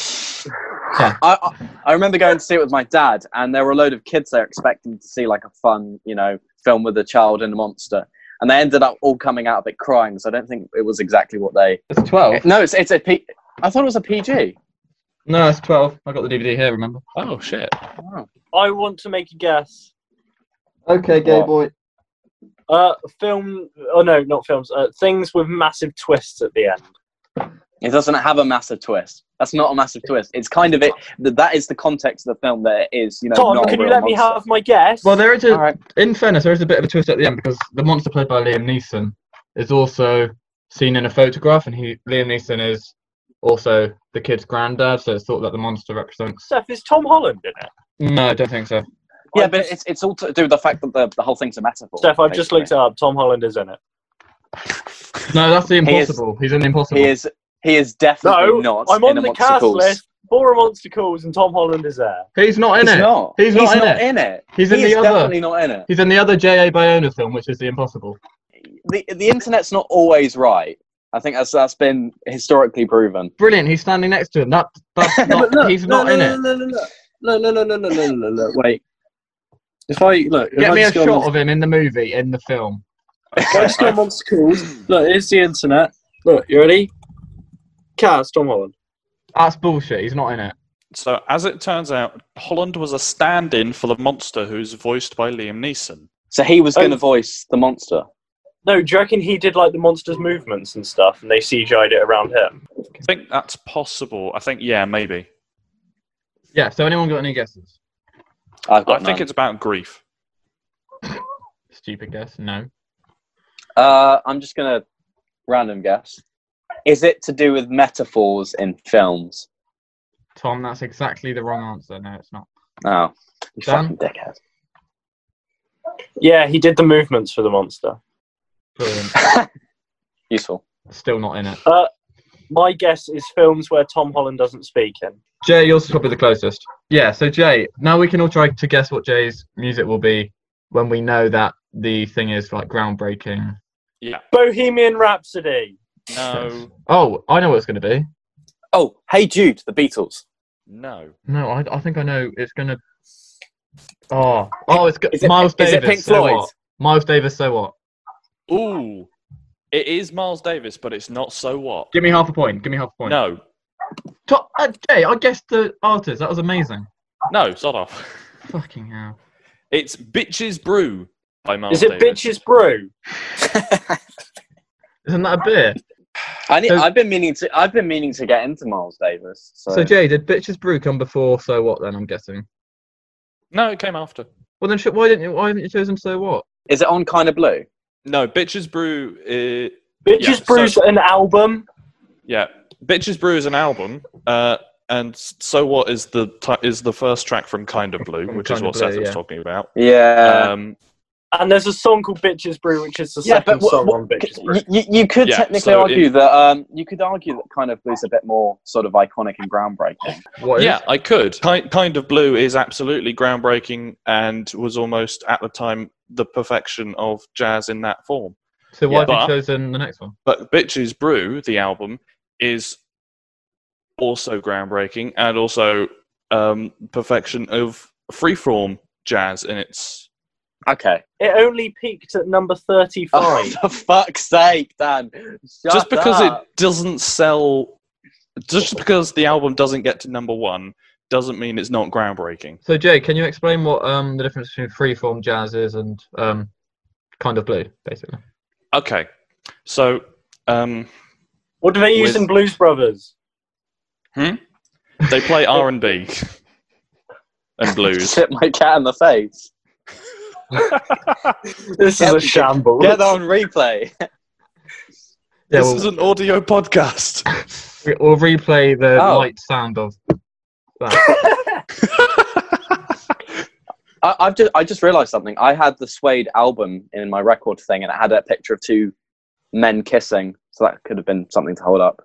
E: I, I I remember going to see it with my dad, and there were a load of kids there expecting to see like a fun, you know, film with a child and a monster, and they ended up all coming out of it crying. So I don't think it was exactly what they.
B: It's twelve.
E: No, it's it's a P. I thought it was a PG.
B: No, it's twelve. I got the DVD here. Remember?
A: Oh shit!
E: Wow.
D: I want to make a guess.
B: Okay,
E: gay What?
B: boy.
D: Uh, film? Oh no, not films. Uh, things with massive twists at the end.
E: It doesn't have a massive twist. That's not a massive twist. It's kind of it. th- That is the context of the film. That it is, you know.
D: Tom,
E: not a
D: can you
E: real
D: let me
E: monster.
D: have my guess?
B: Well, there is a.
E: All right.
B: In fairness, there is a bit of a twist at the end because the monster played by Liam Neeson is also seen in a photograph, and he Liam Neeson is also the kid's granddad. So it's thought that the monster represents.
D: Seth, is Tom Holland in it?
B: No, I don't think so.
E: Yeah,
D: I've
E: but
D: just-
E: it's it's all to do with the fact that the, the whole thing's a metaphor.
D: Steph, I've just looked it up. Tom Holland is in it.
B: No, that's the
E: He is-
B: impossible. He's in the impossible.
E: He is he is definitely
D: No,
E: not.
D: I'm
E: in
D: on
E: a
D: the
E: Monster
D: cast
E: Calls.
D: list. Four of Monster Calls, and Tom Holland is there.
B: He's not in
E: He's
B: it.
E: not.
B: He's not in it.
E: in it.
B: He's in
E: He
B: the
E: is
B: other.
E: definitely not in it.
B: He's in the other J.A. Bayona film, which is the impossible.
E: The the internet's not always right. I think that's that's been historically proven.
B: Brilliant. He's standing next to him. That that's not. he's not in it.
E: No, no, no, no, no, no, no, no, no, no. Wait. If I look, if
B: Get
E: I
B: me a
E: just go on
B: shot of him in the movie, in the film.
D: If I just go on Monster Calls, look, here's the internet. Look, you ready? Cast Tom Holland.
B: That's bullshit. He's not in it.
A: So, as it turns out, Holland was a stand-in for the monster, who's voiced by Liam Neeson.
E: so he was going to
D: Oh.
E: voice the monster.
D: No, do you reckon he did like the monster's movements and stuff, and they CGI'd it around him?
A: I think that's possible. I think, yeah, maybe.
B: Yeah. So anyone got any guesses?
E: I've got
A: I think
E: none.
A: it's about grief.
B: Stupid guess. No.
E: Uh, I'm just gonna random guess. Is it to do with metaphors in films?
B: Tom, that's exactly the wrong answer. No, it's not.
E: Oh, you
B: Dan?
E: fucking dickhead.
D: Yeah, he did the movements for the monster.
B: Brilliant.
E: Useful.
B: Still not in it.
D: My guess is films where Tom Holland doesn't speak in.
B: Jay, yours is probably the closest. Yeah, so Jay, now we can all try to guess what Jay's music will be when we know that the thing is like groundbreaking.
D: Bohemian Rhapsody.
A: No,
B: Oh, I know what it's going to be.
E: Oh, hey Jude, the Beatles.
A: no.
B: No, I, I think I know it's going to. Oh, oh, it's go-
E: Is it-
B: Miles
E: is
B: Davis.
E: it Pink
B: so
E: Floyd?
B: what? Miles Davis. So what?
A: Ooh, it is Miles Davis, but it's not. So what?
B: Give me half a point. Give me half a point.
A: No,
B: To- uh, Jay, I guessed the artist. That was amazing.
A: no, sod off.
B: Fucking hell.
A: It's Bitches Brew by Miles
D: is it
A: Davis.
D: Bitches Brew?
B: Isn't that a beer?
E: I need,
B: So-
E: I've been meaning to. I've been meaning to get into Miles Davis. So,
B: So, Jay, did Bitches Brew come before So What then? I'm guessing.
A: No, it came after.
B: Well, then, sh- why didn't you, why haven't you chosen So What?
E: is it on Kind of Blue?
A: No, Bitches Brew. Uh,
D: Bitches
A: Yeah, so-
D: Brew's an album.
A: yeah, Bitches Brew is an album, uh, and so what is the ti is the first track from Kind of Blue,
B: From
A: which is
B: Kinda
A: what
B: Blue,
A: Seth was
B: yeah. Uh,
A: talking about.
E: Yeah.
A: um,
D: And there's a song called Bitches Brew, which is the
E: Yeah,
D: second
E: but what-
D: song
E: what-
D: on Bitches Brew.
E: you, you, you could
A: Yeah,
E: technically
A: so
E: argue
A: it-
E: that um, you could argue that kind of blue's a bit more sort of iconic and groundbreaking.
B: What is
A: yeah, I could. Kind, kind of Blue is absolutely groundbreaking and was almost at the time the perfection of jazz in that form.
B: So why
A: Yeah,
B: have
A: but-
B: you chosen the next one?
A: But Bitches Brew, the album, is also groundbreaking and also um, perfection of freeform jazz in its.
E: Okay.
D: It only peaked at number 35.
E: for fuck's sake, Dan! Shut
A: just because
E: up.
A: it doesn't sell, just because the album doesn't get to number one, doesn't mean it's not groundbreaking.
B: So Jay, can you explain what um the difference between freeform jazz is and um kind of blue, basically?
A: Okay, so um,
D: what do they use
A: With-
D: in Blues Brothers?
A: they play R and B and blues.
E: Shit my cat in the face.
D: This is
E: Get-
D: a shambles.
E: Get that on replay.
B: Yeah,
A: this
B: we'll,
A: is an audio podcast.
B: we'll replay the
E: Oh.
B: light sound of that.
E: I, I've just I just realised something. I had the Suede album in my record thing, and it had a picture of two men kissing, so that could have been something to hold up.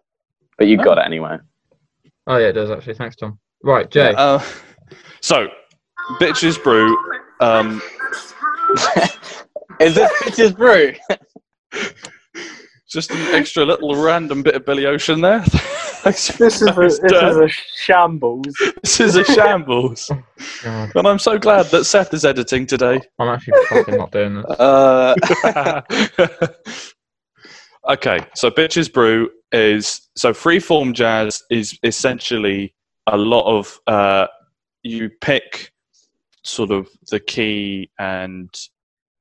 E: But you got it anyway.
B: oh yeah, it does actually. Thanks, Tom. Right, Jay.
A: Uh, so, bitches brew. Um,
E: Is this bitch's brew?
A: just an extra little random bit of Billy Ocean there. Thanks for-
D: This is a,
A: That was
D: this is
A: dirt.
D: a shambles.
A: this is a shambles,
B: God,
A: and I'm so glad that Seth is editing today.
B: Oh, I'm actually fucking not doing this.
E: Uh,
A: okay, so Bitches Brew is so freeform jazz is essentially a lot of uh, you pick sort of the key and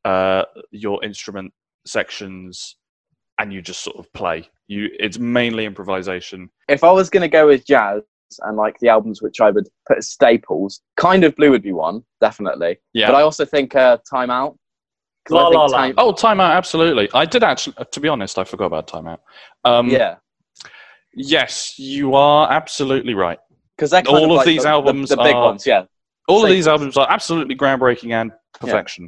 A: uh, your instrument sections, and you just sort of play. You it's mainly improvisation.
E: if I was gonna go with jazz and like the albums which I would put as staples, kind of blue would be one, definitely.
A: Yeah.
E: But I also think uh, Time Out. 'Cause
D: La
E: I think
D: La La.
E: Time-
A: oh, timeout! Absolutely, I did actually. To be honest, I forgot about timeout. Um,
E: yeah,
A: Yes, you are absolutely right.
E: because they're kind
A: All of
E: like
A: these
E: the, the-
A: albums
E: the, big
A: are-
E: ones. Yeah,
A: All of
E: Same.
A: these albums are absolutely groundbreaking and perfection,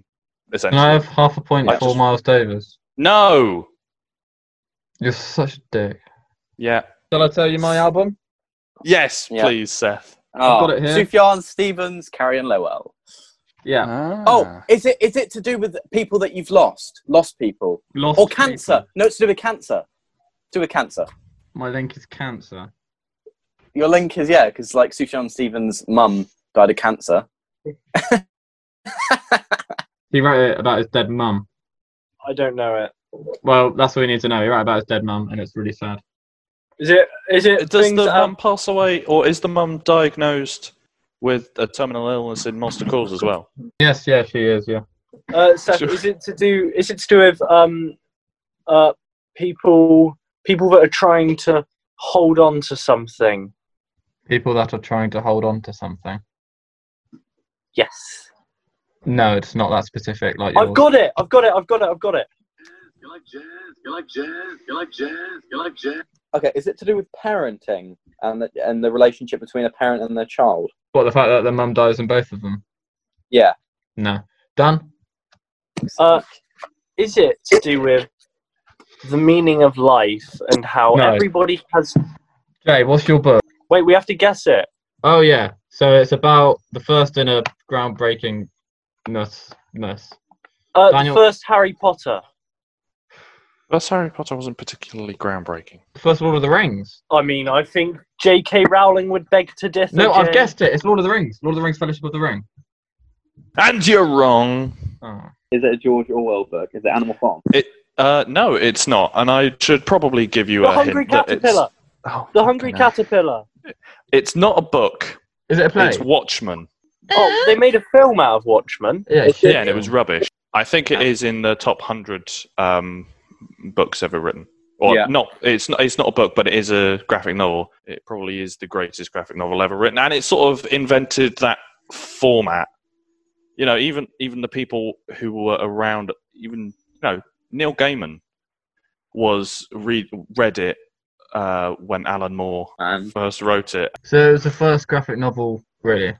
B: Can
A: essentially.
B: I have half a point
A: I
B: for
A: just-
B: Miles Davis?
A: no!
B: You're such a dick.
A: Yeah.
B: Shall I tell you my album?
A: Yes,
E: Yeah.
A: please, Seth.
E: oh,
B: got it here.
E: Sufjan Stevens, Carrie and Lowell.
B: Yeah.
A: Ah.
E: Oh, is it is it to do with people that you've lost, lost people,
B: Lost
E: or cancer? No, it's to do with cancer. To do with cancer.
B: People. My link is cancer.
E: Your link is yeah, because like Sufjan Stevens' mum died of cancer.
B: He wrote it about his dead mum.
D: I don't know it.
B: Well, that's all you need to know. He wrote about his dead mum, and it's really sad.
D: Is it? Is it?
A: Does the
D: things that
A: mum
B: um,
D: have-
A: pass away, or is the mum diagnosed with a terminal illness in Monster Calls as well?
B: Yes, yeah, she is. Yeah.
D: uh, Seth,
A: Sure.
D: is it to do? Is it to do with um, uh, people people that are trying to hold on to something?
B: People that are trying to hold on to something.
D: Yes.
B: No, it's not that specific. Like
D: I've
B: yours.
D: got it. I've got it. I've got it. I've got it.
F: like jazz? You like jazz? You like jazz? You like jazz?
E: Okay, is it to do with parenting and the, and the relationship between a parent and their child?
B: What the fact that the mum dies in both of them?
E: Yeah.
B: No. Dan?
D: Uh, is it to do with the meaning of life and how
B: No.
D: everybody has?
B: Jay, what's your book?
D: Wait, we have to guess it.
B: Oh yeah. So it's about the first in a groundbreaking ness ness.
D: Uh, the
B: Daniel-
D: first Harry Potter.
A: That's Harry Potter wasn't particularly groundbreaking.
B: The first Lord of the Rings.
D: I mean, I think J.K. Rowling would beg to differ.
B: No, I've
D: Jay.
B: guessed it. It's Lord of the Rings. Lord of the Rings Fellowship of the Ring.
A: And you're wrong.
B: Oh.
E: Is it a George Orwell book? Is it Animal Farm?
A: Uh, no, it's not. And I should probably give you
D: The
A: a
D: Hungry
A: hint that it's-
D: Caterpillar.
A: Oh,
D: The Hungry
A: fucking hell.
D: Caterpillar.
A: It's not a book.
B: Is it a play?
A: It's Watchmen.
D: Oh, they made a film out of Watchmen.
B: Yeah,
E: It's-
B: shit.
A: Yeah, and it was rubbish. I think it is in the top hundred um, books ever written. Or
E: Yeah.
A: not. It's not. It's not a book, but it is a graphic novel. It probably is the greatest graphic novel ever written, and it sort of invented that format. You know, even even the people who were around, even you know, Neil Gaiman was read read it uh, when Alan Moore
E: Um,
A: first wrote it.
B: So it was the first graphic novel, really.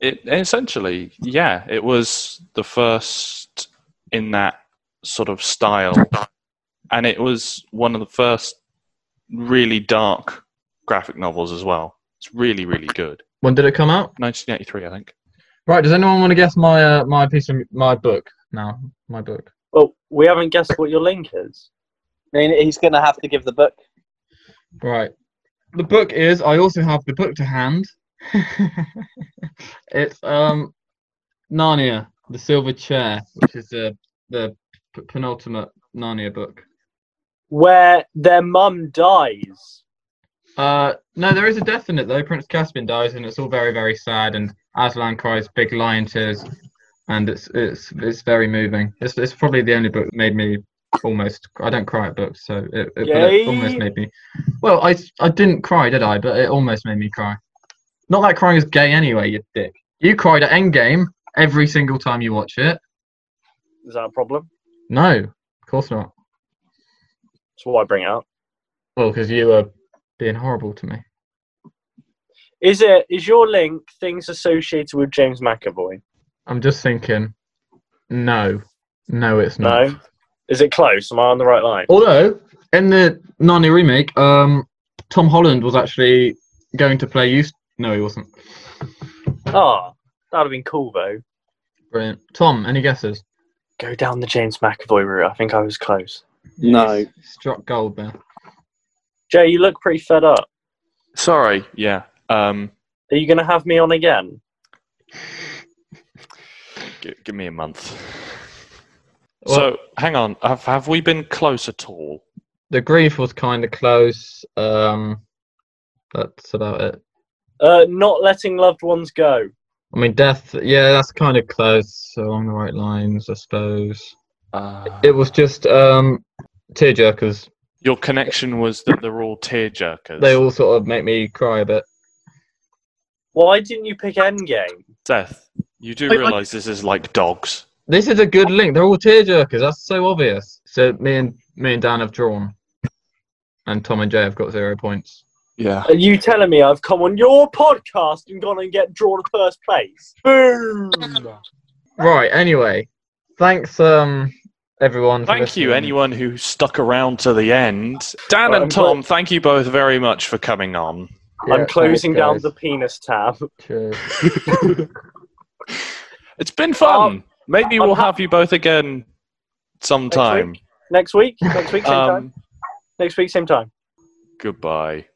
A: It essentially, yeah, it was the first in that sort of style, and it was one of the first really dark graphic novels as well. It's really, really good.
B: When did it come out?
A: 1983, I think.
B: Right. Does anyone want to guess my uh, my piece of my book? No, my book.
D: Well, we haven't guessed what your link is.
E: I mean, he's going to have to give the book.
B: Right. The book is. I also have the book to hand. it's um, Narnia: The Silver Chair, which is the the p- penultimate Narnia book.
D: Where their mum dies.
B: Uh, no, there is a death in it though. Prince Caspian dies, and it's all very very sad. And Aslan cries big lion tears, and it's it's it's very moving. It's it's probably the only book that made me almost. I don't cry at books, so it, it, but it
D: Yay.
B: almost made me. Well, I I didn't cry, did I? But it almost made me cry. Not that crying is gay anyway, you dick. You cried at Endgame every single time you watch it.
D: Is that a problem?
B: No, of course not.
D: That's what I bring it up.
B: Well, because you were being horrible to me.
D: Is it? Is your link things associated with James McAvoy?
B: I'm just thinking. No, no, Oh. it's not.
D: No. Is it close? Am I on the right line?
B: Although in the Narnia remake, um, Tom Holland was actually going to play you. No, he wasn't.
D: Ah, that'd have been cool though.
B: Brilliant. Tom, any guesses?
D: Go down the James McAvoy route. I think I was close.
E: No.
B: Struck gold there.
D: Jay, you look pretty fed up.
A: Sorry, yeah. Um,
D: Are you going to have me on again?
A: g- give me a month. so, hang on. Have, have we been close at all?
B: The grief was kind of close. Um, that's about it.
D: Uh, not letting loved ones go.
B: I mean, death. Yeah, that's kind of close. So on the right lines, I suppose.
A: Uh,
B: It was just um, tearjerkers.
A: Your connection was that they're all tearjerkers.
B: They all sort of make me cry a bit.
D: Why didn't you pick Endgame?
A: Seth, you do
B: Wait, what?
A: realise this is like dogs.
B: This is a good link. They're all tearjerkers. That's so obvious. So me and me and Dan have drawn, and Tom and Jay have got zero points.
A: Yeah.
D: Are you telling me I've come on your podcast and gone and get drawn first place? Boom!
B: Right. Anyway, thanks um everyone. for
A: Thank you,
B: listening.
A: anyone who stuck around to the end. Dan
D: Well,
A: and
D: I'm
A: Tom, thank you both very much for coming on.
B: Yeah,
D: I'm closing down
B: thanks,
D: the penis tab.
B: guys. Cheers.
A: It's been fun. Um, Maybe
D: I'm
A: we'll
D: ha-
A: have you both again sometime.
D: Next week? Next week, same time?
A: Um,
D: Next week, same time.
A: goodbye.